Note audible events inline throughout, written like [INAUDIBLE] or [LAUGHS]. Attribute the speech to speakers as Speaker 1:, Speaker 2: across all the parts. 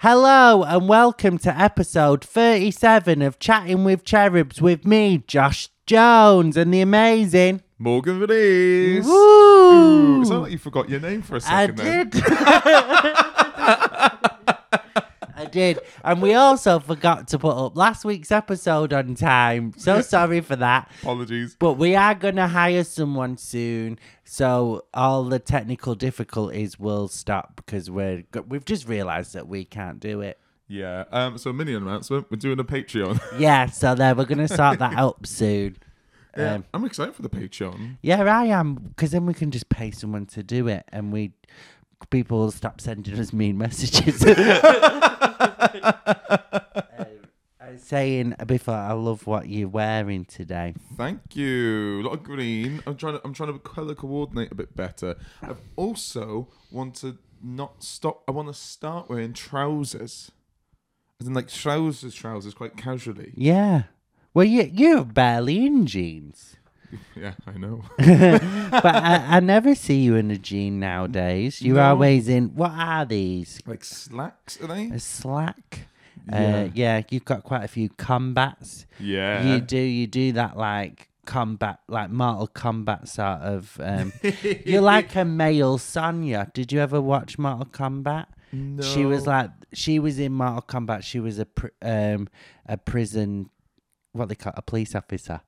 Speaker 1: Hello and welcome to episode 37 of Chatting with Cherubs with me, Josh Jones, and the amazing.
Speaker 2: Morgan Venice.
Speaker 1: Woo!
Speaker 2: Ooh, It's not like you forgot your name for a
Speaker 1: I
Speaker 2: second there.
Speaker 1: did. I did. [LAUGHS] And we also forgot to put up last week's episode on time. So sorry for that.
Speaker 2: Apologies.
Speaker 1: But we are going to hire someone soon, so all the technical difficulties will stop because we're go- we've just realised that we can't do it.
Speaker 2: Yeah. Um, so mini announcement. We're doing a Patreon. [LAUGHS]
Speaker 1: Yeah, so there we're going to sort that out soon.
Speaker 2: yeah.
Speaker 1: Um,
Speaker 2: I'm excited for the Patreon.
Speaker 1: yeah, I am because then we can just pay someone to do it, and we people will stop sending us mean messages. [LAUGHS] Um, I was saying before, I love what you're wearing today.
Speaker 2: Thank you. A lot of green. I'm trying to I'm trying to colour coordinate a bit better. I've also want to not stop I want to start wearing trousers. As in like trousers, trousers, quite casually.
Speaker 1: Yeah. Well, you you're barely in jeans.
Speaker 2: Yeah, I know.
Speaker 1: but I, I never see you in a jean nowadays. You're
Speaker 2: No.
Speaker 1: always in. What are these?
Speaker 2: [LAUGHS] like slacks, are
Speaker 1: [LAUGHS]
Speaker 2: they?
Speaker 1: A slack. Yeah.
Speaker 2: Yeah.
Speaker 1: Uh, yeah, you've got quite a few combats.
Speaker 2: Yeah.
Speaker 1: You do, you do that like combat, like Mortal Kombat sort of.
Speaker 2: [LAUGHS]
Speaker 1: Um, you're like a male Sonya. Did you ever watch Mortal Kombat? She was
Speaker 2: No.
Speaker 1: like, she was in Mortal Kombat. She was a pr- um a prison, what they call a police
Speaker 2: [LAUGHS]
Speaker 1: officer.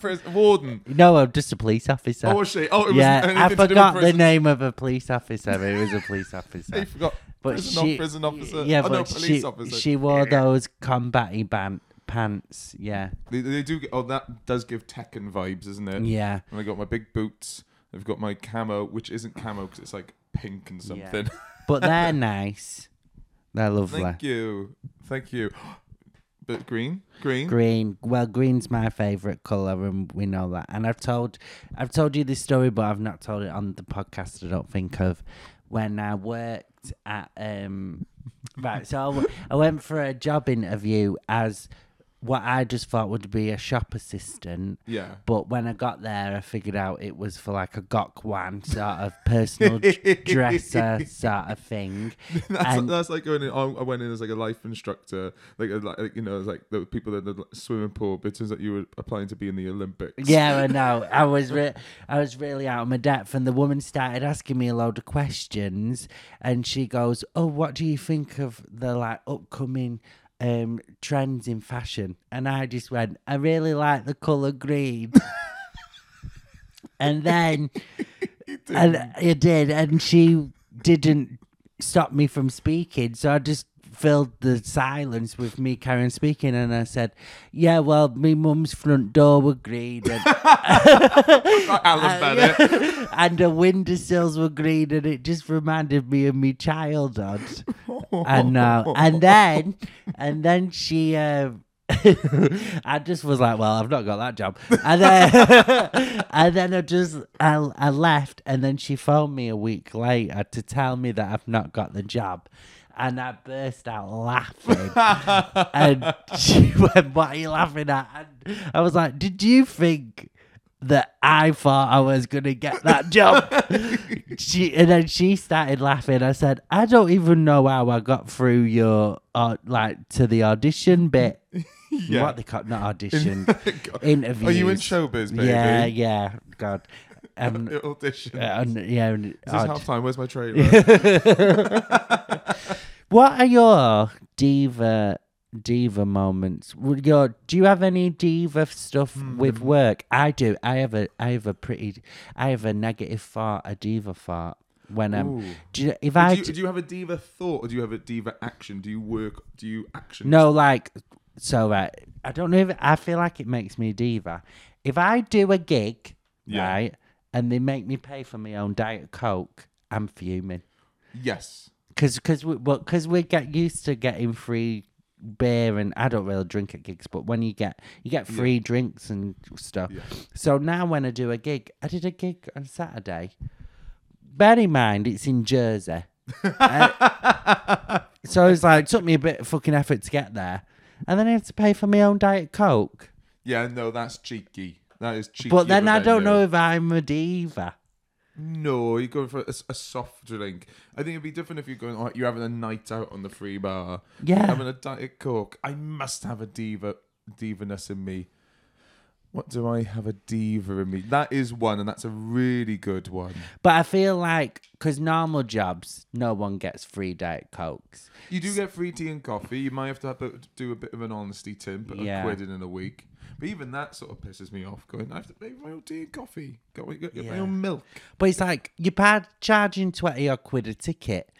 Speaker 2: Pres- Warden.
Speaker 1: no, I'm just a police officer.
Speaker 2: Oh, was she? Oh, it was
Speaker 1: yeah, I
Speaker 2: anything to do with
Speaker 1: forgot the
Speaker 2: prison.
Speaker 1: name of a police officer. It was a
Speaker 2: [LAUGHS]
Speaker 1: police
Speaker 2: They
Speaker 1: officer.
Speaker 2: forgot
Speaker 1: [LAUGHS] But
Speaker 2: prison,
Speaker 1: she,
Speaker 2: off, prison officer.
Speaker 1: Yeah,
Speaker 2: oh,
Speaker 1: but
Speaker 2: no, police
Speaker 1: she,
Speaker 2: officer.
Speaker 1: she wore those combat-y ban- pants. Yeah,
Speaker 2: They, they do. Get, oh, that does give Tekken vibes, isn't it?
Speaker 1: yeah.
Speaker 2: And I got my big boots. I've got my camo, which isn't camo because it's like pink and something. [LAUGHS]
Speaker 1: But they're nice. They're [LAUGHS] lovely.
Speaker 2: Thank you, thank you. [GASPS] But green, green.
Speaker 1: Green. Well, green's my favorite color, and we know that. And I've told, I've told you this story, but I've not told it on the podcast. I don't think of when I worked at.
Speaker 2: [LAUGHS]
Speaker 1: um Right, so I, w- I went for a job interview as what I just thought would be a shop assistant.
Speaker 2: Yeah. [LAUGHS]
Speaker 1: But when I got there, I figured out it was for like a gokwan sort of personal
Speaker 2: [LAUGHS]
Speaker 1: d- dresser sort of thing.
Speaker 2: That's,
Speaker 1: and
Speaker 2: that's like going in. I I went in as like a life instructor, like, a- like you know, it's like the people in the swimming pool. But it turns out you were applying to be in the Olympics.
Speaker 1: yeah, I know. I was re- I was really out of my depth, and the woman started asking me a load of questions, and she goes, "Oh, what do you think of the like upcoming?" Um, trends in fashion, and I just went. I really like the color green, and then and it did, and she didn't stop me from speaking, so I just filled the silence with me Karen speaking, and I said, "Yeah, well, me mum's front door were green, and,
Speaker 2: Like [LAUGHS]
Speaker 1: Uh,
Speaker 2: Alan Bennett.
Speaker 1: [LAUGHS] and the windowsills were green, and it just reminded me of me childhood." and uh, and then and then she. Uh, [LAUGHS] I just was like, well, I've not got that job, and then [LAUGHS] and then I just I, I left, and then she phoned me a week later to tell me that I've not got the job, and I burst out laughing, and she [LAUGHS] went, "What are you laughing at?" And I was like, "Did you think?" That I thought I was gonna get that job. she and then she started laughing. I said, "I don't even know how I got through your uh, like to the audition bit.
Speaker 2: [LAUGHS] Yeah.
Speaker 1: What they call not
Speaker 2: [LAUGHS]
Speaker 1: audition
Speaker 2: God.
Speaker 1: interviews.
Speaker 2: Are you in showbiz, baby?
Speaker 1: Yeah, yeah. God, um,
Speaker 2: Audition.
Speaker 1: uh, yeah. and-
Speaker 2: Is this
Speaker 1: odd.
Speaker 2: half time? Where's
Speaker 1: [LAUGHS]
Speaker 2: my trailer?
Speaker 1: What are your diva diva moments? Would your do you have any diva stuff
Speaker 2: Hmm.
Speaker 1: with work? I do. I have a I have a pretty I have a negative thought, a diva thought when I'm.
Speaker 2: Ooh.
Speaker 1: Do you, if I
Speaker 2: do, you, do you have a diva thought or do you have a diva action? Do you work? Do you action?
Speaker 1: No, like, so right. I don't know if I feel like it makes me a diva. If I do a gig,
Speaker 2: Yeah.
Speaker 1: right, and they make me pay for my own Diet Coke, I'm fuming.
Speaker 2: Yes.
Speaker 1: Because cause we, well, cause we get used to getting free beer and I don't really drink at gigs, but when you get you get free drinks and stuff.
Speaker 2: Yeah.
Speaker 1: So now when I do a gig, I did a gig on Saturday. Bear in mind, it's in
Speaker 2: [LAUGHS]
Speaker 1: Jersey. Uh, so it's like, took me a bit of fucking effort to get there. And then I had to pay for my own Diet Coke.
Speaker 2: Yeah. No, that's cheeky. That is cheeky.
Speaker 1: But then
Speaker 2: of
Speaker 1: I
Speaker 2: a
Speaker 1: don't
Speaker 2: venue.
Speaker 1: know if I'm a diva.
Speaker 2: No, you're going for a, s- a soft drink. I think it'd be different if you're going. Like, you're having a night out on the free bar.
Speaker 1: Yeah.
Speaker 2: having a diet coke. I must have a diva, divaness in me. What do I have a diva in me? That is one, and that's a really good one.
Speaker 1: But I feel like because normal jobs, no one gets free diet cokes.
Speaker 2: You do get free tea and coffee. You might have to have a, do a bit of an honesty tip, put
Speaker 1: Yeah.
Speaker 2: a quid in in a week. But even that sort of pisses me off. Going, I have to pay for my own tea and coffee. Got my, get my
Speaker 1: Yeah.
Speaker 2: own milk. [LAUGHS]
Speaker 1: But it's like you're pa- charging twenty odd quid a ticket,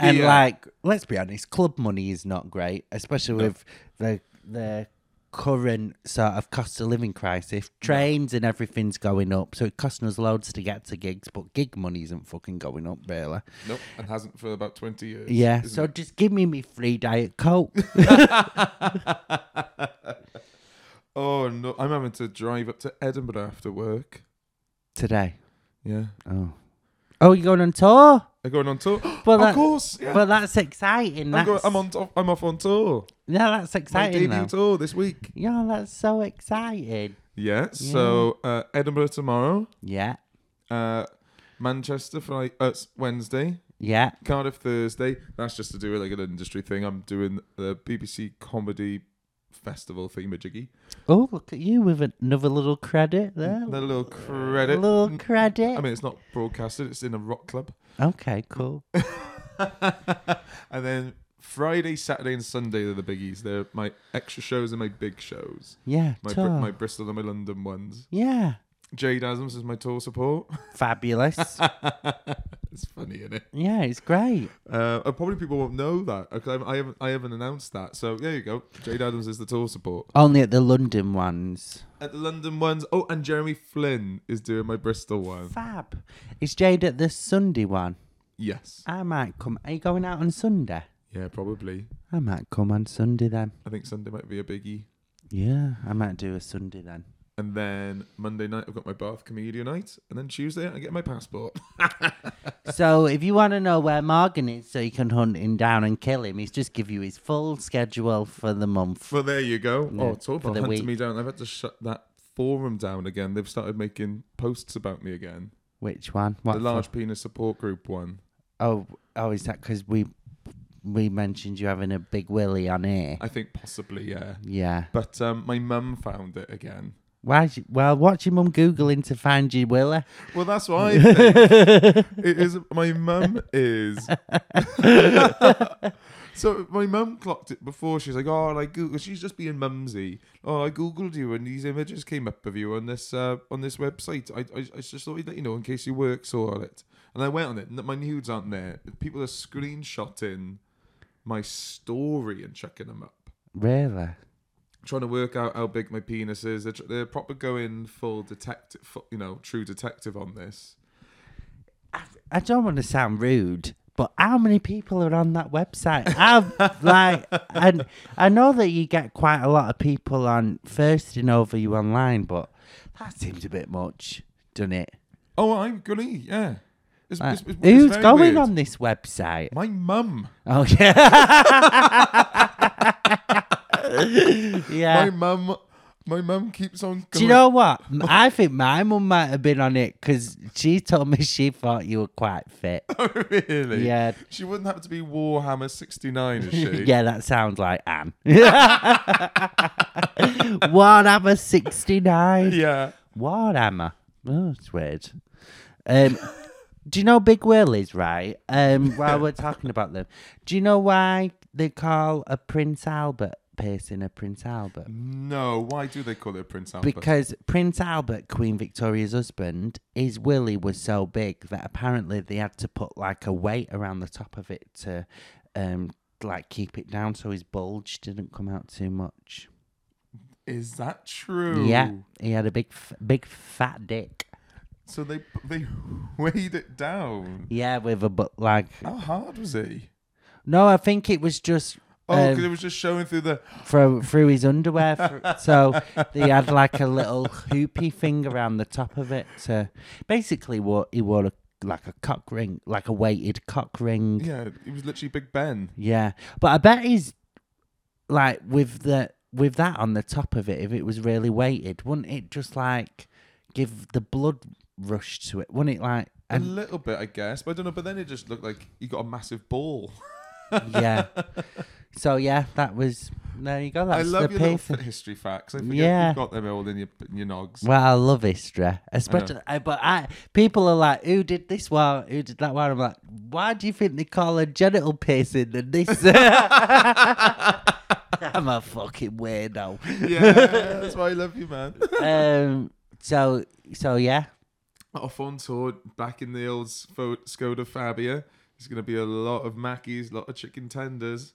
Speaker 1: and
Speaker 2: Yeah.
Speaker 1: like let's be honest, club money is not great, especially with the the current sort of cost of living crisis. Trains and everything's going up, so it costing us loads to get to gigs, but gig money isn't fucking going up really.
Speaker 2: Nope, and hasn't for about twenty years.
Speaker 1: Yeah,
Speaker 2: isn't
Speaker 1: so
Speaker 2: it?
Speaker 1: just give me me free diet
Speaker 2: [LAUGHS]
Speaker 1: coke.
Speaker 2: Oh no, I'm having to drive up to Edinburgh after work.
Speaker 1: today.
Speaker 2: Yeah,
Speaker 1: Oh, oh, you're going on tour?
Speaker 2: I'm going on tour.
Speaker 1: [GASPS] Well,
Speaker 2: of
Speaker 1: that-
Speaker 2: course. Yeah,
Speaker 1: Well, that's exciting.
Speaker 2: I'm,
Speaker 1: That's,
Speaker 2: going, I'm on. to- I'm off on tour.
Speaker 1: Yeah, that's
Speaker 2: My
Speaker 1: exciting.
Speaker 2: debut
Speaker 1: though.
Speaker 2: tour this week.
Speaker 1: Yeah, that's so exciting.
Speaker 2: Yeah. So uh, Edinburgh tomorrow.
Speaker 1: Yeah,
Speaker 2: Uh, Manchester Friday. Uh, s- Wednesday.
Speaker 1: yeah.
Speaker 2: Cardiff Thursday. That's just to do with like an industry thing. I'm doing the BBC Comedy Festival theme jiggy.
Speaker 1: Oh, look at you with another little credit there.
Speaker 2: Another little credit.
Speaker 1: Oh,
Speaker 2: Mm.
Speaker 1: little credit.
Speaker 2: I mean, it's not broadcasted. It's in a rock club. [LAUGHS]
Speaker 1: okay, cool.
Speaker 2: and then Friday, Saturday, and Sunday are the biggies. They're my extra shows and my big shows.
Speaker 1: Yeah,
Speaker 2: My, Br-
Speaker 1: tour.
Speaker 2: my Bristol and my London ones.
Speaker 1: yeah,
Speaker 2: Jade Asms is my tour support. [LAUGHS]
Speaker 1: fabulous.
Speaker 2: it's funny, isn't it?
Speaker 1: yeah, it's great.
Speaker 2: Uh, and probably people won't know that. uh, 'cause I I haven't, I haven't announced that. So there you go. Jade Adams is the tour support.
Speaker 1: Only at the London ones.
Speaker 2: At the London ones. Oh, and Jeremy Flynn is doing my Bristol one.
Speaker 1: Fab. Is Jade at the Sunday one?
Speaker 2: Yes.
Speaker 1: I might come. Are you going out on Sunday?
Speaker 2: Yeah, probably.
Speaker 1: I might come on Sunday then.
Speaker 2: I think Sunday might be a biggie.
Speaker 1: Yeah, I might do a Sunday
Speaker 2: [LAUGHS]
Speaker 1: then.
Speaker 2: And then Monday night, I've got my Bath Comedian night. And then Tuesday, I get my passport. [LAUGHS]
Speaker 1: So if you want to know where Morgan is, so you can hunt him down and kill him, he's just give you his full schedule for the month.
Speaker 2: Well, there you go.
Speaker 1: Yeah,
Speaker 2: oh, talk
Speaker 1: for
Speaker 2: about
Speaker 1: the
Speaker 2: hunting
Speaker 1: week.
Speaker 2: me down. I've had to shut that forum down again. They've started making posts about me again.
Speaker 1: Which one? What?
Speaker 2: the
Speaker 1: for?
Speaker 2: large penis support group one.
Speaker 1: Oh, oh, is that because we we mentioned you having a big willy on here?
Speaker 2: I think possibly, yeah.
Speaker 1: Yeah.
Speaker 2: But um, my mum found it again.
Speaker 1: Why? is you- Well, what's your mum googling to find you, Willie?
Speaker 2: Well, that's what I
Speaker 1: [LAUGHS]
Speaker 2: think. [LAUGHS] it is my mum is. so my mum clocked it before. She's like, "Oh, I Google." She's just being mumsy. Oh, I googled you, and these images came up of you on this uh, on this website. I, I I just thought we'd let you know in case you work saw it. And I went on it. and My nudes aren't there. People are screenshotting my story and checking them up.
Speaker 1: Really?
Speaker 2: Trying to work out how big my penis is. They're, tr- they're proper going full detective, fu- you know, true detective on this.
Speaker 1: I don't want to sound rude, but how many people are on that website? I've like, and I know that you get quite a lot of people on thirsting over you online, but that seems a bit much, doesn't it?
Speaker 2: Oh, I'm gonna yeah. It's,
Speaker 1: Like,
Speaker 2: it's- it's- it's
Speaker 1: who's
Speaker 2: very
Speaker 1: going
Speaker 2: weird.
Speaker 1: on this website?
Speaker 2: My mum.
Speaker 1: Oh yeah, yeah.
Speaker 2: My mum. My mum keeps on. Going,
Speaker 1: Uh, Do you know what? M- I think my mum might have been on it because she told me she thought you were quite fit.
Speaker 2: [LAUGHS] really?
Speaker 1: Yeah.
Speaker 2: She wouldn't happen to be Warhammer
Speaker 1: [LAUGHS]
Speaker 2: 69, is she?
Speaker 1: yeah, that sounds like Anne. [LAUGHS] Warhammer 69.
Speaker 2: Yeah.
Speaker 1: Warhammer. Oh, it's weird. Um, do you know Big Willies, right? Um, while we're talking about them, do you know why they call a Prince Albert piercing a Prince Albert?
Speaker 2: No. Why do they call it Prince Albert?
Speaker 1: Because Prince Albert, Queen Victoria's husband, his willy was so big that apparently they had to put like a weight around the top of it to um like keep it down so his bulge didn't come out too much.
Speaker 2: is that true?
Speaker 1: Yeah, he had a big f- big fat dick.
Speaker 2: So they they [LAUGHS] weighed it down.
Speaker 1: Yeah, with a but like
Speaker 2: How hard was he?
Speaker 1: no, I think it was just
Speaker 2: Oh, 'cause
Speaker 1: um,
Speaker 2: it was just showing through the.
Speaker 1: through, through his underwear. Through, so they had like a little hoopy thing around the top of it. To, basically, what he wore a, like a cock ring, like a weighted cock ring.
Speaker 2: Yeah, it was literally Big Ben.
Speaker 1: Yeah, but I bet he's like with the with that on the top of it. If it was really weighted, wouldn't it just like give the blood rush to it? Wouldn't it like?
Speaker 2: a little bit, I guess, but I don't know. But then it just looked like you got a massive ball. [LAUGHS]
Speaker 1: yeah. So yeah, that was there you go. That's
Speaker 2: I love
Speaker 1: the
Speaker 2: your little
Speaker 1: pay
Speaker 2: f- [LAUGHS] history facts. I forget
Speaker 1: Yeah.
Speaker 2: you've got them all in your in your [LAUGHS] nogs.
Speaker 1: Well, I love history, especially. I but I, people are like, "Who did this one? Who did that one?" I'm like, "Why do you think they call a genital piercing than this?" [LAUGHS] I'm a fucking weirdo.
Speaker 2: yeah, that's why I love you, man. [LAUGHS]
Speaker 1: Um. So so yeah.
Speaker 2: Off on tour, back in the old Sfo- Skoda Fabia. There's going to be a lot of Mackies, a lot of chicken tenders.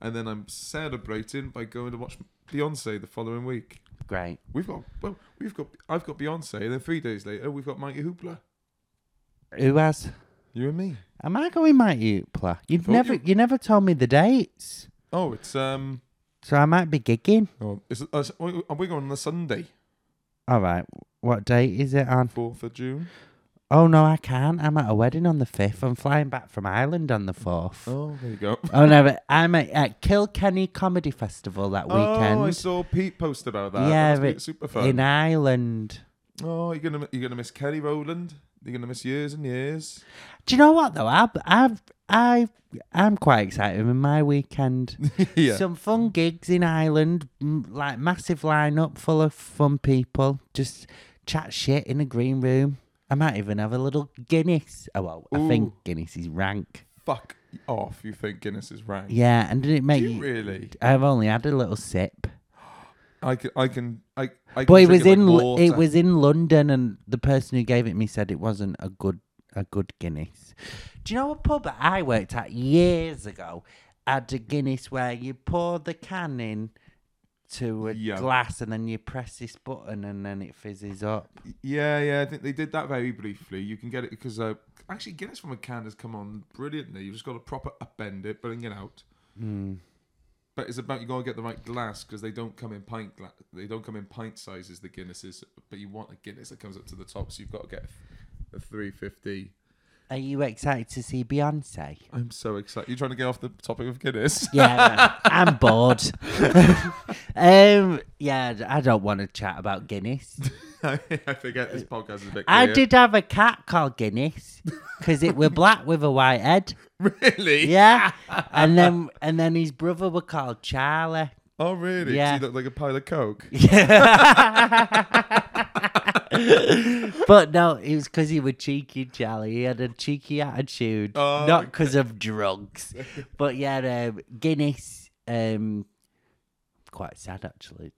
Speaker 2: And then I'm celebrating by going to watch Beyonce the following week.
Speaker 1: Great.
Speaker 2: We've got well, we've got I've got Beyonce, and then three days later we've got Mighty Hoopla.
Speaker 1: Who has?
Speaker 2: You and me.
Speaker 1: Am I going my Upla? You've
Speaker 2: thought
Speaker 1: never you...
Speaker 2: you-
Speaker 1: never told me the dates,
Speaker 2: Oh, it's um,
Speaker 1: so I might be gigging.
Speaker 2: oh, it's, uh, we're going on the Sunday,
Speaker 1: All right. What date is it on?
Speaker 2: fourth of June.
Speaker 1: Oh no, I can't. I'm at a wedding on the fifth. I'm flying back from Ireland on the fourth.
Speaker 2: Oh, there you [LAUGHS] go.
Speaker 1: Oh no, but I'm at, at Kilkenny Comedy Festival that weekend.
Speaker 2: Oh, I saw Pete post about that.
Speaker 1: Yeah,
Speaker 2: Yeah, that must be
Speaker 1: but
Speaker 2: super fun.
Speaker 1: In Ireland.
Speaker 2: oh, you're gonna you're gonna miss Kelly Rowland. You're gonna miss years and
Speaker 1: [LAUGHS]
Speaker 2: years. [LAUGHS]
Speaker 1: Do you know what though? I've I've I I'm quite excited with my weekend.
Speaker 2: yeah.
Speaker 1: Some fun gigs in Ireland, m- like massive lineup full of fun people. Just chat shit in a green room. I might even have a little Guinness. Oh well, I think
Speaker 2: Ooh.
Speaker 1: Guinness is rank.
Speaker 2: Fuck off! You think Guinness is rank?
Speaker 1: Yeah, and did it make
Speaker 2: Do you
Speaker 1: you-
Speaker 2: really?
Speaker 1: I've only had a little sip.
Speaker 2: I can I can I. I
Speaker 1: But
Speaker 2: can
Speaker 1: it was
Speaker 2: drink
Speaker 1: in
Speaker 2: like
Speaker 1: L- it
Speaker 2: water.
Speaker 1: was in London, and the person who gave it me said it wasn't a good a good Guinness. Do you know a pub that I worked at years ago had a Guinness where you pour the can in to a
Speaker 2: Yeah.
Speaker 1: glass and then you press this button and then it fizzes up.
Speaker 2: Yeah, yeah, I think they did that very briefly. You can get it because uh, actually Guinness from a can has come on brilliantly. You've just got to proper upend it, bring it out.
Speaker 1: Hmm.
Speaker 2: But it's about you got to get the right glass because they don't come in pint gla- they don't come in pint sizes. The Guinnesses, but you want a Guinness that comes up to the top, so you've got to get a three fifty.
Speaker 1: Are you excited to see Beyonce?
Speaker 2: I'm so excited. You're trying to get off the topic of Guinness.
Speaker 1: [LAUGHS] Yeah, I'm bored. [LAUGHS] um, yeah, I don't want to chat about Guinness.
Speaker 2: [LAUGHS] I forget this podcast is a bit.
Speaker 1: I
Speaker 2: queer.
Speaker 1: did have a cat called Guinness because it were black with a white head.
Speaker 2: [LAUGHS] really. [LAUGHS]
Speaker 1: Yeah, and then and then his brother were called
Speaker 2: [LAUGHS]
Speaker 1: Charlie.
Speaker 2: Oh, really?
Speaker 1: Yeah.
Speaker 2: Yeah. you look like a pile of
Speaker 1: [LAUGHS]
Speaker 2: coke.
Speaker 1: But no, it was because he was cheeky, Charlie. He had a cheeky attitude,
Speaker 2: Oh,
Speaker 1: not because of drugs. But yeah, um, Guinness. Um, quite sad actually.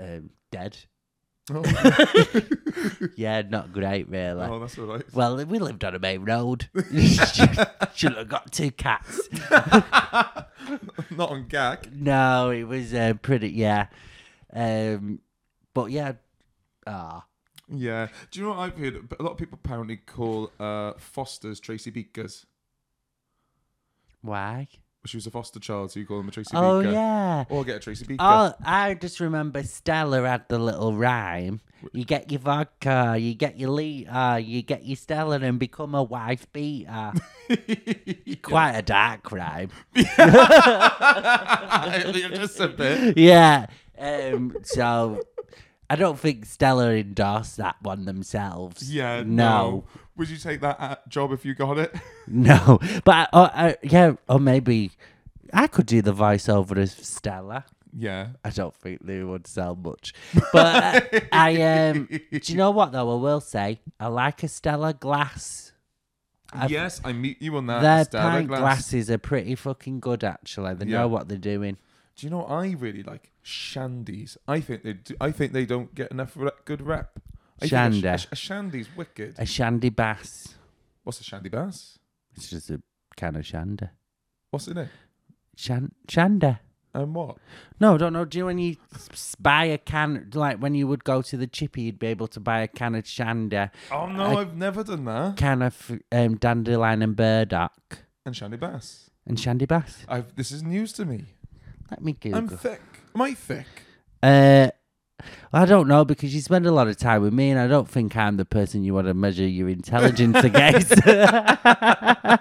Speaker 1: Um, dead.
Speaker 2: Oh,
Speaker 1: Yeah, not great really.
Speaker 2: oh, [LAUGHS] that's all right.
Speaker 1: Well, we lived on a main
Speaker 2: [LAUGHS]
Speaker 1: road. [LAUGHS] Should have got two cats.
Speaker 2: [LAUGHS] Not on gag.
Speaker 1: No, it was uh, pretty. Yeah, um, but yeah, ah,
Speaker 2: Yeah. Do you know what I've heard? A lot of people apparently call uh, Foster's Tracy Beakers.
Speaker 1: why?
Speaker 2: She was a foster child, so you call them a Tracy
Speaker 1: Oh
Speaker 2: Beaker.
Speaker 1: yeah.
Speaker 2: Or get a Tracy Beaker. [LAUGHS]
Speaker 1: Oh, I just remember Stella had the little rhyme. You get your vodka, you get your liter, you get your Stella and become a wife beater. Quite a dark rhyme.
Speaker 2: Just a bit.
Speaker 1: yeah. Um, so I don't think Stella endorsed that one themselves.
Speaker 2: Yeah. No.
Speaker 1: No.
Speaker 2: Would you take that uh, job if you got it? [LAUGHS]
Speaker 1: No, but I, or, I, yeah, or maybe I could do the voiceover as Stella.
Speaker 2: yeah.
Speaker 1: I don't think they would sell much, but
Speaker 2: [LAUGHS]
Speaker 1: I, I um. Do you know what though? I will say I like a Stella glass. I've-
Speaker 2: yes, I meet you on that.
Speaker 1: Their
Speaker 2: Stella
Speaker 1: pint
Speaker 2: Uh, glass.
Speaker 1: glasses are pretty fucking good, actually. They
Speaker 2: Yeah.
Speaker 1: know what they're doing.
Speaker 2: Do you know what I really like? Shandies. I think they do, I think they don't get enough re- good rep. I think
Speaker 1: Shandy.
Speaker 2: A, sh- a shandy's wicked.
Speaker 1: A shandy bass.
Speaker 2: What's a shandy bass?
Speaker 1: It's just a can of shandy.
Speaker 2: What's in it?
Speaker 1: Shan- shandy.
Speaker 2: And what?
Speaker 1: No, I don't know. Do you know when you s- buy a can, like when you would go to the chippy, you'd be able to buy a can of shandy,
Speaker 2: Oh no,
Speaker 1: I-
Speaker 2: I've never done that.
Speaker 1: can of um, dandelion and burdock
Speaker 2: And shandy bass.
Speaker 1: and shandy bass.
Speaker 2: I've this is news to me.
Speaker 1: Let me Google.
Speaker 2: I'm thick. Am I thick?
Speaker 1: Uh, I don't know because you spend a lot of time with me, and I don't think I'm the person you want to measure your intelligence against. [LAUGHS]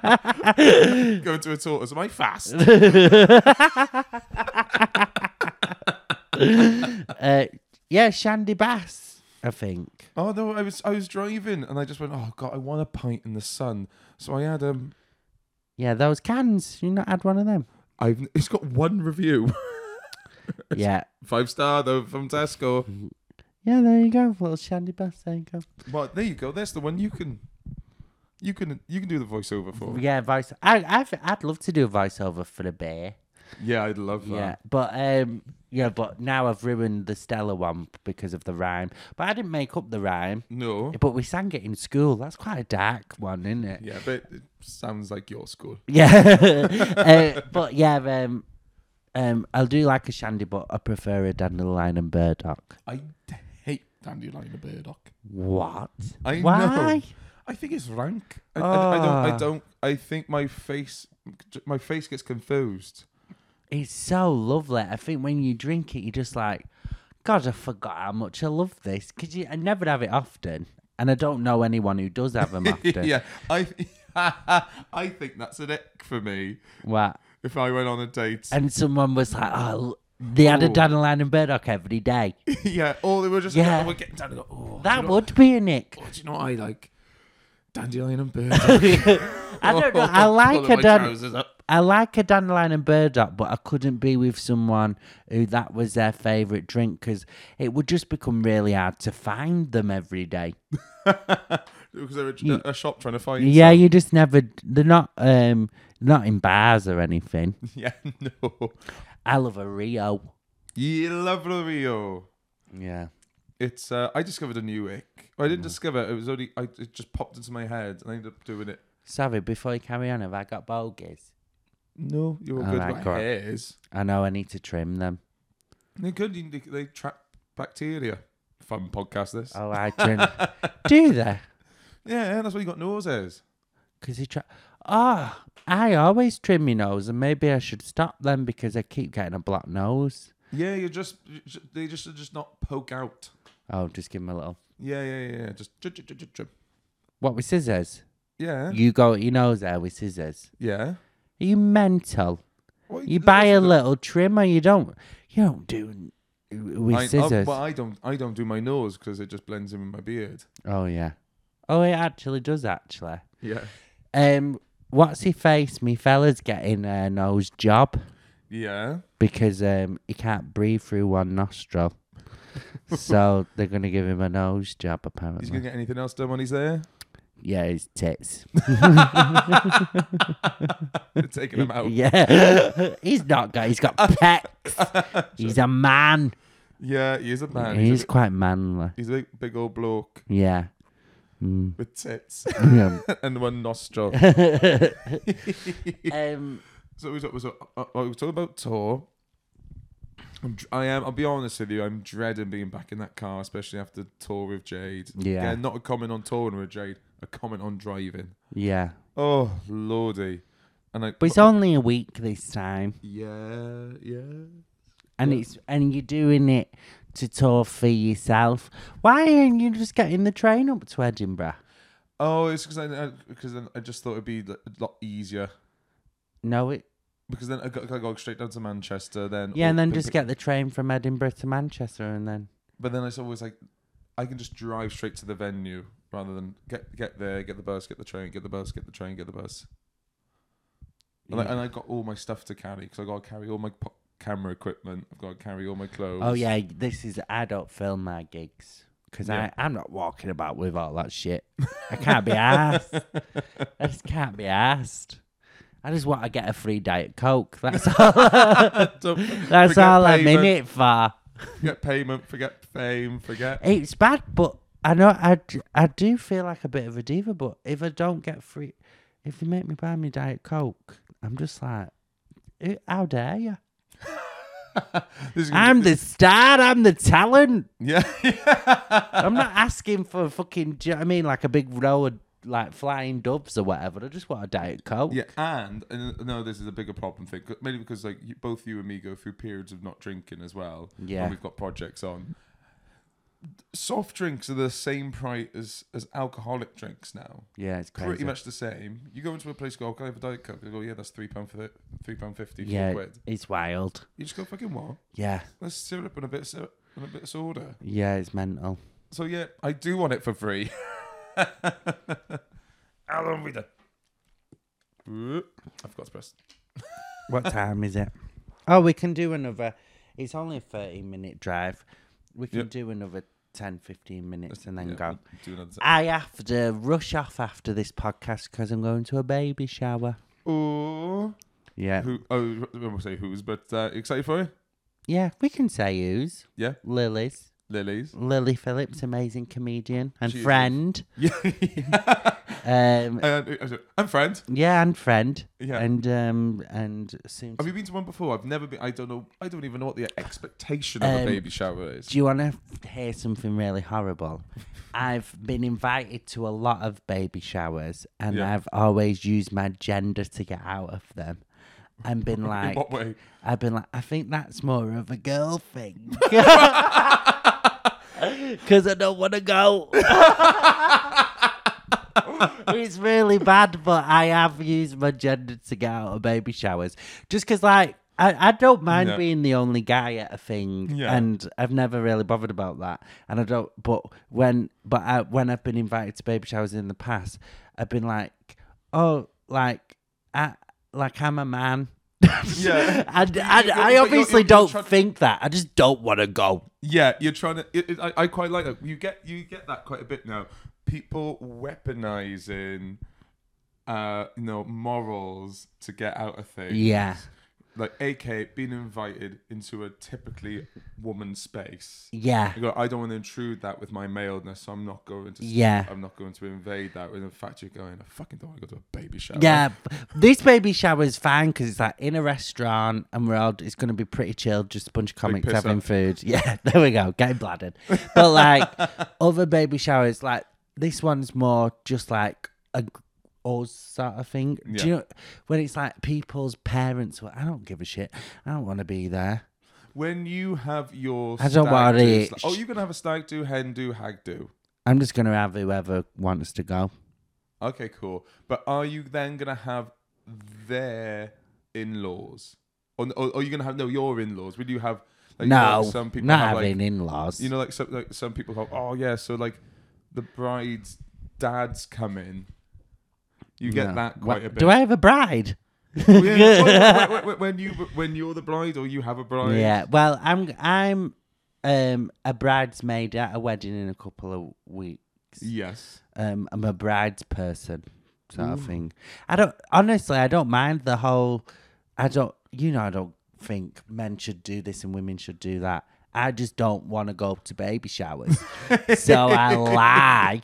Speaker 2: Going to a tortoise. Am I fast?
Speaker 1: uh, yeah, Shandy Bass. I think.
Speaker 2: Oh no, I was I was driving and I just went, oh god, I want a pint in the sun. So I had um,
Speaker 1: Yeah, those cans. You not had one of them?
Speaker 2: I've [LAUGHS] it's got one review, [LAUGHS]
Speaker 1: yeah.
Speaker 2: five star though from Tesco.
Speaker 1: Yeah, there you go. Little shandy bus. There you go.
Speaker 2: But there you go. That's the one you can, you can you can do the voiceover
Speaker 1: [LAUGHS]
Speaker 2: for.
Speaker 1: Yeah, voice. I, I, th- I'd love to do a voiceover for a beer.
Speaker 2: Yeah, I'd love that.
Speaker 1: Yeah, but um, yeah, but now I've ruined the Stella one because of the rhyme. But I didn't make up the rhyme.
Speaker 2: No.
Speaker 1: But we sang it in school. That's quite a dark one, isn't it?
Speaker 2: Yeah, but it sounds like your school.
Speaker 1: Yeah. [LAUGHS] uh, but yeah, um, um, I'll do like a shandy, but I prefer a dandelion and burdock.
Speaker 2: I hate dandelion and burdock.
Speaker 1: What?
Speaker 2: I
Speaker 1: Why?
Speaker 2: know. I think it's rank. I, I, I don't.
Speaker 1: Ah.
Speaker 2: I don't. I think my face, my face gets confused.
Speaker 1: It's so lovely. I think when you drink it, you're just like, God, I forgot how much I love this because I never have it often, and I don't know anyone who does have them often.
Speaker 2: [LAUGHS] yeah, I. [LAUGHS] I think that's an ick for me.
Speaker 1: What?
Speaker 2: If I went on a date,
Speaker 1: And someone was like, Oh, they had a
Speaker 2: Ooh.
Speaker 1: dandelion and burdock every
Speaker 2: [LAUGHS]
Speaker 1: day.
Speaker 2: [LAUGHS] yeah, or they were just
Speaker 1: Yeah.
Speaker 2: like, oh, we're getting down. Oh, do
Speaker 1: That
Speaker 2: you know-
Speaker 1: would be a nick.
Speaker 2: oh, do you know what I like?
Speaker 1: [LAUGHS]
Speaker 2: Dandelion and burdock.
Speaker 1: I don't know.
Speaker 2: [LAUGHS]
Speaker 1: I like
Speaker 2: Pulling
Speaker 1: a
Speaker 2: my
Speaker 1: dan-
Speaker 2: trousers up.
Speaker 1: I like a dandelion and burdock, but I couldn't be with someone who that was their favourite drink because it would just become really hard to find them every day.
Speaker 2: because they're a, a shop trying to find.
Speaker 1: Yeah, you just never. They're not um not in bars or anything.
Speaker 2: [LAUGHS] yeah, no.
Speaker 1: I love a Rio.
Speaker 2: You love the Rio.
Speaker 1: Yeah.
Speaker 2: It's. Uh, I discovered a new ick. I
Speaker 1: Mm.
Speaker 2: didn't discover it. It was only. I, it just popped into my head, and I ended up doing it.
Speaker 1: Sorry, before you carry on, have I got bogies?
Speaker 2: No, you're all
Speaker 1: I
Speaker 2: good.
Speaker 1: like
Speaker 2: about
Speaker 1: that.
Speaker 2: hairs.
Speaker 1: I know I need to trim them.
Speaker 2: They're good. you- They, they trap bacteria. Fun podcast. This.
Speaker 1: [LAUGHS] Oh, I trim. Do they?
Speaker 2: Yeah, that's why you got nose hairs.
Speaker 1: Because you try. Ah, I always trim my nose, and maybe I should stop them because I keep getting a black nose.
Speaker 2: Yeah, you're just. you ju- They just just not poke out.
Speaker 1: Oh, just give them a little.
Speaker 2: Yeah, yeah, yeah. yeah. Just. Drip, drip, drip, drip, drip.
Speaker 1: What with scissors?
Speaker 2: Yeah.
Speaker 1: You go at your nose there with scissors.
Speaker 2: Yeah.
Speaker 1: Are you mental?
Speaker 2: What
Speaker 1: You
Speaker 2: that
Speaker 1: buy a
Speaker 2: was the-
Speaker 1: little trimmer. You don't. You don't do n- with
Speaker 2: I, I-
Speaker 1: scissors.
Speaker 2: oh, well, I don't. I don't do my nose because it just blends in with my beard.
Speaker 1: oh yeah. Oh, it actually does actually.
Speaker 2: Yeah.
Speaker 1: Um, what's he face? Me fella's getting a nose job
Speaker 2: Yeah.
Speaker 1: because um he can't breathe through one
Speaker 2: [LAUGHS]
Speaker 1: nostril. so they're gonna give him a nose job apparently.
Speaker 2: He's gonna get anything else done when he's there?
Speaker 1: Yeah, his tits.
Speaker 2: Taking him [LAUGHS] out.
Speaker 1: [LAUGHS] yeah, he's not got. He's got
Speaker 2: [LAUGHS]
Speaker 1: pecs. he's a man.
Speaker 2: Yeah, he is a man. He's,
Speaker 1: he's
Speaker 2: a, big-
Speaker 1: quite manly.
Speaker 2: he's a big, big old bloke
Speaker 1: Yeah.
Speaker 2: [LAUGHS]
Speaker 1: Mm.
Speaker 2: with tits
Speaker 1: Yeah.
Speaker 2: and one nostril.
Speaker 1: um,
Speaker 2: so we was so, uh, uh, we were talking about tour. I'm, dr- I am. I'll be honest with you. I'm dreading being back in that car, especially after tour with Jade.
Speaker 1: Yeah.
Speaker 2: Again, not a comment on touring with Jade. A comment on driving.
Speaker 1: yeah,
Speaker 2: Oh lordy. And I.
Speaker 1: but it's only a week this time,
Speaker 2: yeah, yeah.
Speaker 1: and it's and you're doing it to tour for yourself. Why aren't you just getting the train up to Edinburgh?
Speaker 2: Oh, it's because I because then I just thought it'd be like, a lot easier
Speaker 1: No, it
Speaker 2: because then I got, I go straight down to Manchester. Then
Speaker 1: yeah, and
Speaker 2: oh,
Speaker 1: then
Speaker 2: pick-
Speaker 1: just get the train from Edinburgh to Manchester, and then
Speaker 2: But then I was always like, I can just drive straight to the venue rather than get get there, get the bus, get the train, get the bus, get the train, get the bus. And, I, and I got all my stuff to carry because I got to carry all my po- camera equipment. I've got to carry all my clothes.
Speaker 1: oh
Speaker 2: [LAUGHS]
Speaker 1: yeah, this is I don't film my gigs because
Speaker 2: Yeah.
Speaker 1: I I'm not walking about with all that
Speaker 2: [LAUGHS]
Speaker 1: shit. I can't be asked. I just can't be asked. I just want to get a free diet coke.
Speaker 2: [LAUGHS]
Speaker 1: That's all.
Speaker 2: Don't
Speaker 1: That's
Speaker 2: forget
Speaker 1: all I'm in
Speaker 2: payment,
Speaker 1: it for.
Speaker 2: Forget payment. Forget fame. Forget.
Speaker 1: It's bad, but I know I, d- I do feel like a bit of a diva. But if I don't get free, if you make me buy me diet coke, I'm just like, "Eh, how dare you?
Speaker 2: This is gonna
Speaker 1: I'm
Speaker 2: be-
Speaker 1: the star. I'm the talent.
Speaker 2: yeah.
Speaker 1: I'm not asking for fucking. Do you know what I mean? Like a big row of like flying doves or whatever. I just want a diet coke.
Speaker 2: Yeah, and, and uh, no, this is a bigger problem thing. 'cause- Mainly because like you, both you and me go through periods of not drinking as well.
Speaker 1: Yeah.
Speaker 2: and we've got projects on. Soft drinks are the same price as as alcoholic drinks now.
Speaker 1: Yeah, it's crazy.
Speaker 2: Pretty much the same. You go into a place, go, oh, can I have a diet coke? They go, yeah, that's three pound for three pound fifty, four
Speaker 1: Yeah,
Speaker 2: quid.
Speaker 1: it's wild.
Speaker 2: You just go, fucking what?
Speaker 1: Yeah,
Speaker 2: That's syrup and a bit of syrup and a bit of soda.
Speaker 1: yeah, it's mental.
Speaker 2: So yeah, I do want it for free. [LAUGHS] Alan Reader. I've got to press.
Speaker 1: What time is it? [LAUGHS] Oh, we can do another. It's only a 30 minute drive. We can
Speaker 2: Yep.
Speaker 1: do another 10, 15 minutes and then
Speaker 2: Yeah,
Speaker 1: go.
Speaker 2: Do another set.
Speaker 1: I have to rush off after this podcast because I'm going to a baby shower.
Speaker 2: Ooh.
Speaker 1: Yeah.
Speaker 2: Who? Oh, I won't say who's, but uh, excited for you?
Speaker 1: Yeah, we can say who's.
Speaker 2: Yeah,
Speaker 1: Lily's. [LAUGHS]
Speaker 2: Lily's.
Speaker 1: Lily Phillips, amazing comedian and
Speaker 2: She is.
Speaker 1: friend.
Speaker 2: Yeah.
Speaker 1: Um,
Speaker 2: and, uh, and friend.
Speaker 1: yeah, and friend.
Speaker 2: Yeah.
Speaker 1: And um, and soon.
Speaker 2: Have
Speaker 1: to-
Speaker 2: you been to one before? I've never been. I don't know. I don't even know what the expectation of
Speaker 1: Um,
Speaker 2: a baby shower is.
Speaker 1: Do you want to hear something really
Speaker 2: [LAUGHS]
Speaker 1: horrible? I've been invited to a lot of baby showers, and
Speaker 2: Yeah.
Speaker 1: I've always used my gender to get out of them. And been
Speaker 2: In
Speaker 1: like,
Speaker 2: [LAUGHS] what way?
Speaker 1: I've been like, I think that's more of a girl thing. [LAUGHS] Because I don't want to go. [LAUGHS] it's really bad, but I have used my gender to get out of baby showers. Just because, like, I, I don't mind
Speaker 2: No.
Speaker 1: being the only guy at a thing,
Speaker 2: Yeah.
Speaker 1: and I've never really bothered about that. And I don't, but when, but I, when I've been invited to baby showers in the past, I've been like, oh, like, I, like I'm a man.
Speaker 2: Yeah.
Speaker 1: and,
Speaker 2: But
Speaker 1: and
Speaker 2: you- but
Speaker 1: I
Speaker 2: you're-
Speaker 1: obviously
Speaker 2: you're
Speaker 1: don't
Speaker 2: trying-
Speaker 1: think that. I just don't want to go.
Speaker 2: Yeah, you're trying to. It, it, I, I quite like that. You get you get that quite a bit now. People weaponizing, uh, you know, morals to get out of things.
Speaker 1: Yeah.
Speaker 2: Like, AK being invited into a typically woman space.
Speaker 1: Yeah.
Speaker 2: You go, I don't want to intrude that with my maleness, so I'm not going to.
Speaker 1: Yeah.
Speaker 2: I'm not going to invade that. And in fact, you're going. I fucking don't want to go to a baby shower.
Speaker 1: Yeah, this baby shower is fine because it's like in a restaurant and we're all, it's going to be pretty chill, just a bunch of comics
Speaker 2: piss
Speaker 1: having
Speaker 2: up.
Speaker 1: food. [LAUGHS] Yeah, there we go, getting bladdered. But
Speaker 2: [LAUGHS]
Speaker 1: like other baby showers, like this one's more just like a g- us sort of thing.
Speaker 2: Yeah.
Speaker 1: Do you know, when it's like people's parents, well, I don't give a shit. I don't want to be there.
Speaker 2: When you have your.
Speaker 1: I don't
Speaker 2: stag do,
Speaker 1: worry.
Speaker 2: it's like, oh, you're gonna have a stag do, hen do, hag do.
Speaker 1: I'm just going to have whoever wants to go.
Speaker 2: Okay, cool. But are you then gonna have their in-laws, or, or, or are you gonna have no your in-laws? Would you have like, you know,
Speaker 1: no,
Speaker 2: like, some people
Speaker 1: not
Speaker 2: have like
Speaker 1: having in laws.
Speaker 2: you know like some like some people have oh yeah so like the bride's dad's coming. You get that quite a bit.
Speaker 1: Do I have a bride?
Speaker 2: Well, yeah, well, when- when- when you when you're the bride or you have a bride?
Speaker 1: Yeah. Well, I'm I'm um a bridesmaid at a wedding in a couple of weeks.
Speaker 2: Yes.
Speaker 1: Um, I'm a bride's person sort
Speaker 2: Mm.
Speaker 1: of thing. I don't honestly. I don't mind the whole. I don't. You know, I don't think men should do this and women should do that. I just don't want to go to baby
Speaker 2: [LAUGHS]
Speaker 1: showers, so I lie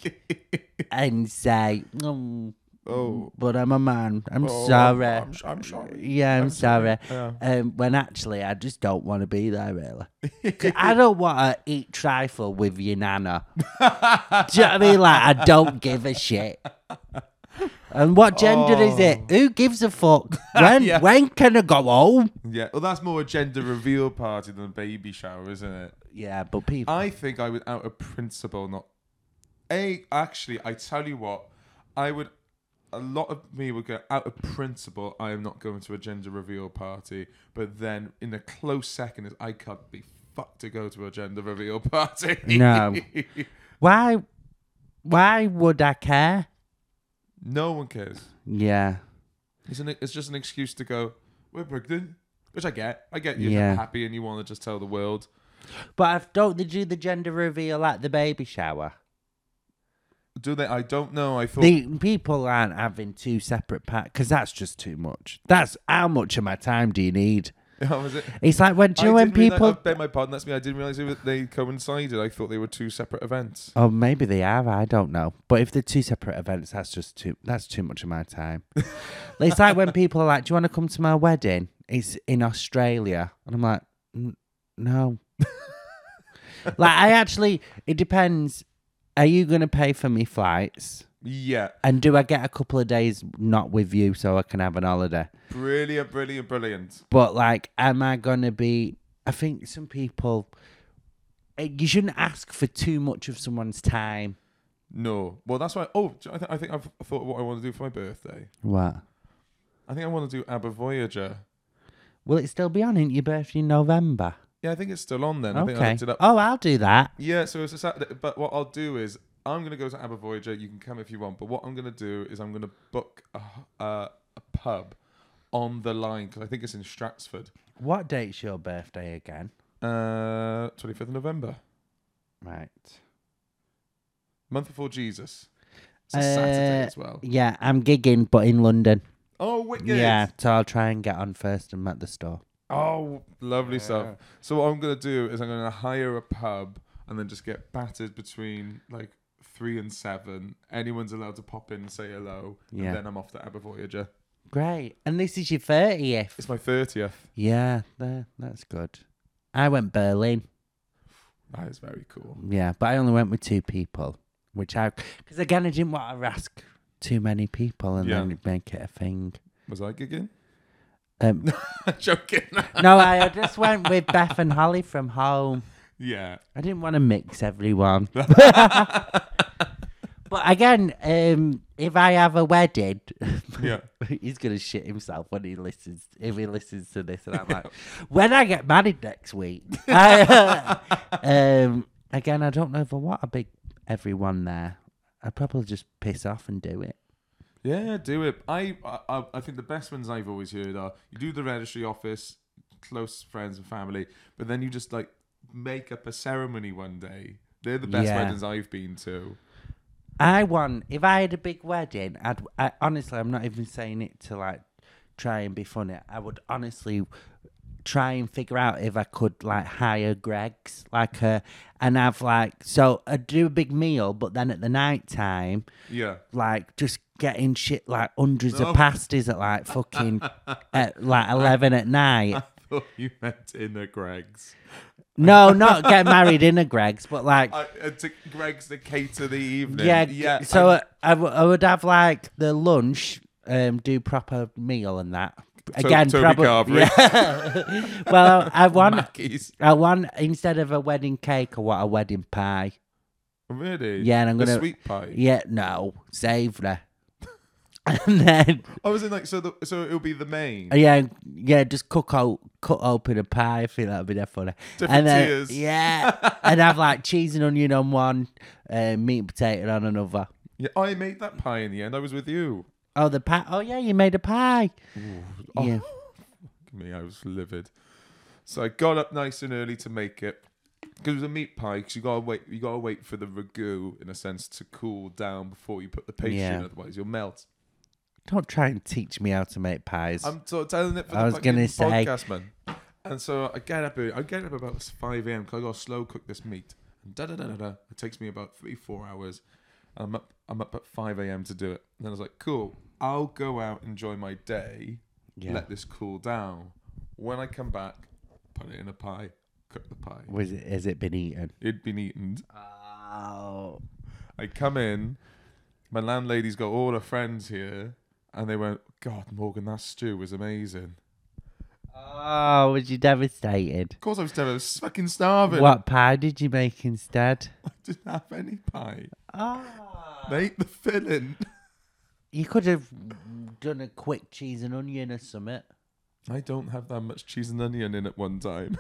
Speaker 1: and say, "Mm,
Speaker 2: Oh.
Speaker 1: but I'm a man. I'm
Speaker 2: oh,
Speaker 1: sorry.
Speaker 2: I'm, I'm sorry.
Speaker 1: Yeah, I'm, sorry.
Speaker 2: sorry.
Speaker 1: Um, when actually, I just don't want to be there,
Speaker 2: [LAUGHS]
Speaker 1: really. 'Cause I don't want to eat trifle with your nana. Do you know what I mean? Like, I don't give a shit. And what gender is it? Who gives a fuck? When
Speaker 2: Oh. [LAUGHS] Yeah.
Speaker 1: when can I go home?
Speaker 2: Yeah. Well, that's more a gender reveal party than a baby shower, isn't it?
Speaker 1: Yeah, but people.
Speaker 2: I think I would, out of principle, not. A actually, I tell you what, I would. A lot of me would go out of principle. I am not going to a gender reveal party. But then, in a close second, is I can't be fucked to go to a gender reveal [LAUGHS] party.
Speaker 1: No. Why? Why would I care?
Speaker 2: no one cares.
Speaker 1: Yeah.
Speaker 2: It's an, it's just an excuse to go. We're pregnant, which I get. I get you're
Speaker 1: Yeah.
Speaker 2: happy and you want to just tell the world.
Speaker 1: But I don't they do the gender reveal at the baby shower?
Speaker 2: Do they? I don't know. I thought
Speaker 1: The people aren't having two separate packs because that's just too much. That's how much of my time do you need?
Speaker 2: [LAUGHS] How was it?
Speaker 1: It's like when do you know
Speaker 2: I
Speaker 1: when
Speaker 2: didn't realize-
Speaker 1: people?
Speaker 2: I beg my pardon. That's me. I didn't realize they, were- they coincided. I thought they were two separate events.
Speaker 1: Oh, maybe they are. I don't know. But if they're two separate events, that's just too. That's too much of my time. it's like when people are like, "Do you want to come to my wedding?" It's in Australia, and I'm like, "N- "No." like I actually, it depends. Are you gonna pay for me flights?
Speaker 2: Yeah,
Speaker 1: And do I get a couple of days not with you so I can have an holiday?
Speaker 2: brilliant, brilliant, brilliant.
Speaker 1: But like, am I gonna be? I think some people. eh, You shouldn't ask for too much of someone's time.
Speaker 2: No, well, that's why. Oh, do you know, I, th- I think I've thought of what I want to do for my birthday.
Speaker 1: What?
Speaker 2: I think I want to do Abba Voyager.
Speaker 1: Will it still be on? Ain't your birthday in November?
Speaker 2: Yeah, I think it's still on then. I think I
Speaker 1: Okay.
Speaker 2: looked it up.
Speaker 1: Oh, I'll do that.
Speaker 2: Yeah, so it's a Saturday. But what I'll do is I'm going to go to Abba Voyager. You can come if you want. But what I'm going to do is I'm going to book a, uh, a pub on the line because I think it's in Stratford.
Speaker 1: What date's your birthday again?
Speaker 2: Uh, 25th of November,
Speaker 1: Right.
Speaker 2: month before Jesus. It's a Saturday
Speaker 1: Uh,
Speaker 2: as well.
Speaker 1: Yeah, I'm gigging, but in London.
Speaker 2: Oh, wicked.
Speaker 1: Yeah, so I'll try and get on first and at the store.
Speaker 2: Oh, lovely stuff. So what I'm going to do is I'm going to hire a pub and then just get battered between like three and seven. Anyone's allowed to pop in and say hello.
Speaker 1: Yeah.
Speaker 2: And then I'm off to Abba Voyager.
Speaker 1: Great. And this is your 30th.
Speaker 2: It's my 30th.
Speaker 1: Yeah, there, that's good. I went Berlin.
Speaker 2: That is very cool.
Speaker 1: Yeah, but I only went with two people, which I, because again, I didn't want to ask too many people and
Speaker 2: Yeah.
Speaker 1: then make it a
Speaker 2: [LAUGHS]
Speaker 1: thing.
Speaker 2: Was
Speaker 1: [LAUGHS]
Speaker 2: I gigging?
Speaker 1: Um, [LAUGHS]
Speaker 2: Joking.
Speaker 1: no, I just went with Beth and Holly from home.
Speaker 2: yeah.
Speaker 1: I didn't want to mix everyone. but again, um, if I have a wedding,
Speaker 2: Yeah.
Speaker 1: [LAUGHS] he's gonna shit himself when he listens. If he listens to this, and I'm like, when I get married next week. [LAUGHS] I, um, again, I don't know if I want a big everyone there. I'd probably just piss off and do it.
Speaker 2: Yeah, do it. I, I I think the best ones I've always heard are you do the registry office, close friends and family, but then you just like make up a ceremony one day. They're the best
Speaker 1: Yeah.
Speaker 2: weddings I've been to.
Speaker 1: I want if I had a big wedding, I'd I, honestly, I'm not even saying it to like try and be funny. I would honestly try and figure out if I could like hire Greg's, like uh, and have like so I do a big meal, but then at the night time, [LAUGHS]
Speaker 2: Yeah.
Speaker 1: like just getting shit like hundreds
Speaker 2: No.
Speaker 1: of pasties at like fucking at like eleven at night.
Speaker 2: thought you meant in the Greg's.
Speaker 1: No, not get married in a Greg's, but like
Speaker 2: I, uh, to Greg's to cater the evening.
Speaker 1: Yeah, g-
Speaker 2: yeah.
Speaker 1: So
Speaker 2: I'm-
Speaker 1: I, I, w- I would have like the lunch, um, do proper meal and that.
Speaker 2: To-
Speaker 1: uh, Again,
Speaker 2: Toby
Speaker 1: probably. [LAUGHS]
Speaker 2: Carvery.
Speaker 1: Yeah. well, I want,
Speaker 2: [LAUGHS] Mackey's.
Speaker 1: I want instead of a wedding cake, I want a wedding pie.
Speaker 2: Oh, Really?
Speaker 1: Yeah, and I'm
Speaker 2: The
Speaker 1: gonna-
Speaker 2: sweet pie.
Speaker 1: Yeah, no, savoury. [LAUGHS] and then,
Speaker 2: I was in like so. The, so it'll be the main.
Speaker 1: yeah, yeah, just cook out, cut open a pie. I think that'd be definitely.
Speaker 2: Different
Speaker 1: and then,
Speaker 2: tiers.
Speaker 1: Yeah, and have like cheese and onion on one, uh, meat and potato on another.
Speaker 2: Yeah, I made that pie in the end. I was with you.
Speaker 1: Oh, the pie. Oh, yeah, you made a pie. Yeah.
Speaker 2: oh, me, I was livid. So I got up nice and early to make it because it was a meat pie. Because you gotta wait, you gotta wait for the ragu in a sense to cool down before you put the paste in.
Speaker 1: Yeah.
Speaker 2: Otherwise, you'll melt.
Speaker 1: Don't try and teach me how to make pies.
Speaker 2: I'm sort of telling it for the
Speaker 1: I was
Speaker 2: fucking
Speaker 1: gonna say-
Speaker 2: podcast, man. And so I get up. early- I get up about five a.m. because I gotta slow cook this meat. And da da da da da. It takes me about three four hours. And I'm up. I'm up at five a.m. to do it. And then I was like, cool. I'll go out enjoy my day.
Speaker 1: yeah.
Speaker 2: let this cool down. When I come back, put it in a pie, cook the pie.
Speaker 1: Was it? Has it been eaten?
Speaker 2: It'd been eaten.
Speaker 1: Oh.
Speaker 2: I come in, my landlady's got all her friends here, and they went, God, Morgan, that stew was amazing.
Speaker 1: Oh, was you devastated?
Speaker 2: Of course, I was telling I was fucking starving.
Speaker 1: What pie did you make instead?
Speaker 2: I didn't have any pie.
Speaker 1: Ah.
Speaker 2: They ate the filling.
Speaker 1: You could have done a quick cheese and onion or something.
Speaker 2: I don't have that much cheese and onion in at
Speaker 1: [LAUGHS]
Speaker 2: one time.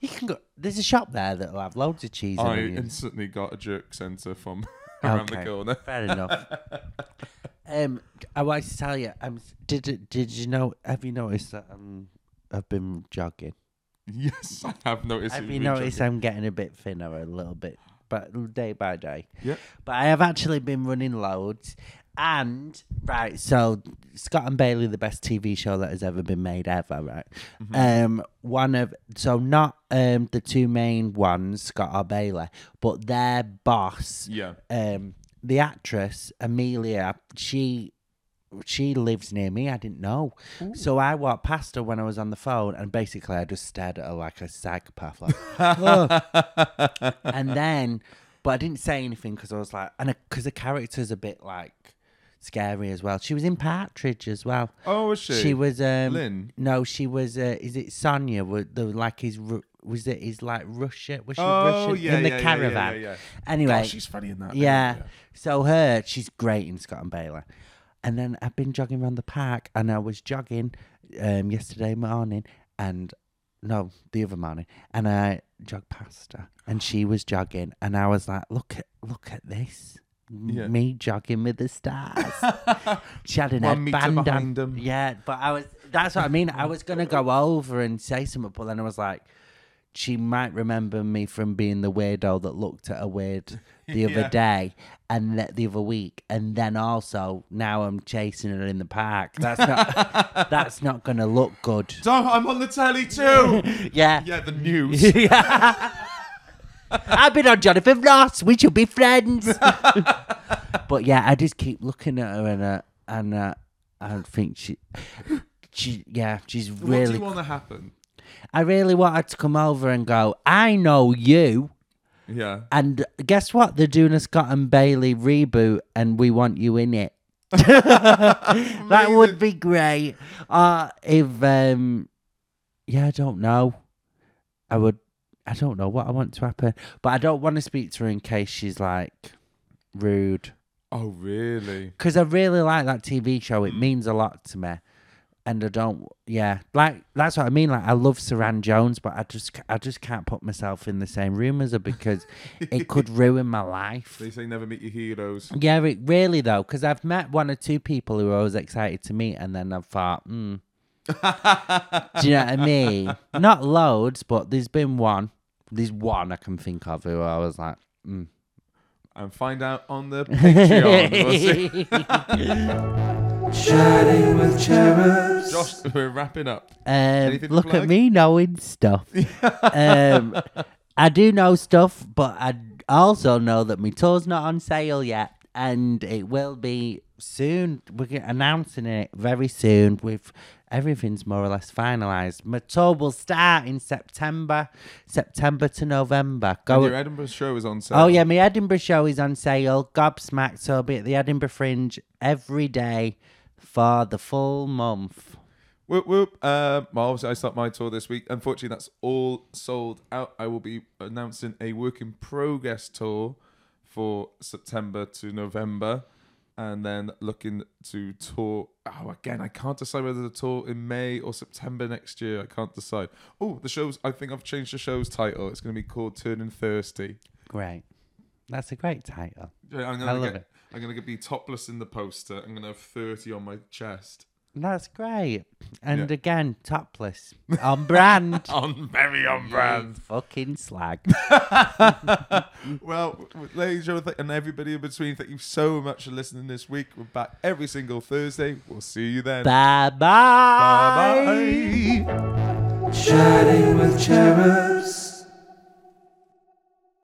Speaker 1: You can go. There's a shop there that'll have loads of cheese Oh, and
Speaker 2: I
Speaker 1: onions.
Speaker 2: instantly got a jerk centre from [LAUGHS] around
Speaker 1: Okay.
Speaker 2: the corner.
Speaker 1: Fair [LAUGHS] enough. um, I wanted to tell you. Um, did did you know? Have you noticed that um, I've been jogging?
Speaker 2: [LAUGHS] Yes, I have noticed.
Speaker 1: Have
Speaker 2: you've
Speaker 1: you
Speaker 2: been
Speaker 1: noticed
Speaker 2: joking.
Speaker 1: I'm getting a bit thinner a little bit, but day by day.
Speaker 2: Yeah.
Speaker 1: But I have actually been running loads. And right, so Scott and Bailey, the best TV show that has ever been made ever, right? Um, one of so not um the two main ones, Scott or Bailey, but their boss,
Speaker 2: Yeah.
Speaker 1: um, the actress Amelia, she she lives near me. I didn't know, so I walked past her when I was on the phone, and basically I just stared at her like a psychopath, like, "Ugh." and then, but I didn't say anything because I was like, and because the character's a bit like scary as well. She was in Partridge as well.
Speaker 2: Oh, is she?
Speaker 1: She was um,
Speaker 2: Lynn?
Speaker 1: No, she was. Uh, is it Sonia? Was the like his? Ru- Was it his like Russia? Was she
Speaker 2: Oh,
Speaker 1: Russian
Speaker 2: yeah,
Speaker 1: in the
Speaker 2: yeah, yeah, yeah,
Speaker 1: caravan?
Speaker 2: yeah, yeah.
Speaker 1: Anyway,
Speaker 2: Oh, she's funny in that.
Speaker 1: yeah. So her, she's great in Scott and Baylor. And then I've been jogging around the park, and I was jogging um, yesterday morning, and no, the other morning, and I jogged past her, and she was jogging, and I was like, "Look at, look at this." M-
Speaker 2: Yeah.
Speaker 1: Me jogging with the stars.
Speaker 2: [LAUGHS]
Speaker 1: she had an
Speaker 2: One meter
Speaker 1: headband
Speaker 2: behind
Speaker 1: on.
Speaker 2: 'em.
Speaker 1: Yeah, but I was. That's what I mean. I was gonna go over and say something, but then I was like, she might remember me from being the weirdo that looked at her weird
Speaker 2: [LAUGHS]
Speaker 1: the other
Speaker 2: Yeah.
Speaker 1: day and that the other week, and then also now I'm chasing her in the park. That's
Speaker 2: [LAUGHS]
Speaker 1: not. that's not gonna look good.
Speaker 2: So I'm on the telly too.
Speaker 1: [LAUGHS] Yeah.
Speaker 2: yeah, the
Speaker 1: [LAUGHS]
Speaker 2: news.
Speaker 1: Yeah. I've been on Jonathan Ross. We should be
Speaker 2: [LAUGHS]
Speaker 1: friends. but yeah, I just keep looking at her and uh, and uh, I think she, she yeah, she's
Speaker 2: What do
Speaker 1: really.
Speaker 2: you want to happen?
Speaker 1: I really want her to come over and go. I know you.
Speaker 2: Yeah.
Speaker 1: And guess what? They're doing a Scott and Bailey reboot, and we want you in it. [LAUGHS] that would be great. Uh, if um, yeah, I don't know. I would. I don't know what I want to happen, but I don't want to speak to her in case she's like rude.
Speaker 2: Oh really?
Speaker 1: Because I really like that TV show. It means a lot to me, and I don't. Yeah, like that's what I mean. Like I love Saran Jones, but I just I just can't put myself in the same room as her because it could ruin my life.
Speaker 2: They say never meet your heroes.
Speaker 1: Yeah, it really though, because I've met one or two people who I was excited to meet, and then I've thought, hmm. Do you know what I mean? Not loads, but there's been one. There's one I can think of who I was like, mm.
Speaker 2: And find out on
Speaker 1: [LAUGHS]
Speaker 2: the Patreon. We'll see.
Speaker 1: Chatting with cherubs.
Speaker 2: Josh, [LAUGHS] we're wrapping up.
Speaker 1: Um,
Speaker 2: Anything to
Speaker 1: look at
Speaker 2: plug?
Speaker 1: me knowing
Speaker 2: [LAUGHS]
Speaker 1: stuff. um, I do know stuff, but I also know that my tour's not on sale yet, and it will be soon. We're g- announcing it very soon. With everything's more or less finalised. My tour will start in September, September to November. Go
Speaker 2: Your Edinburgh show is on sale.
Speaker 1: Oh yeah, my Edinburgh show is on sale. Gobsmacked, so I'll be at the Edinburgh Fringe every day for the full month.
Speaker 2: Whoop whoop. Um, well, obviously, I start my tour this week. Unfortunately, that's all sold out. I will be announcing a work in progress tour for September to November, and then looking to tour. Oh, again, I can't decide whether to tour in May or September next year. I can't decide. Oh, the shows. I think I've changed the show's title. It's going to be called Turning Thirsty.
Speaker 1: Great. That's a great title.
Speaker 2: Yeah, I'm
Speaker 1: I
Speaker 2: gonna
Speaker 1: love
Speaker 2: get,
Speaker 1: it.
Speaker 2: I'm going to be topless in the poster. I'm going to have thirty on my chest.
Speaker 1: That's great. And
Speaker 2: Yeah.
Speaker 1: again, topless. On brand.
Speaker 2: On very on [LAUGHS] brand.
Speaker 1: You Fucking slag.
Speaker 2: Well, ladies and gentlemen, and everybody in between, thank you so much for listening this week. We're back every single Thursday. We'll see you then.
Speaker 1: bye bye.
Speaker 2: Bye bye.
Speaker 1: Chatting with cherubs.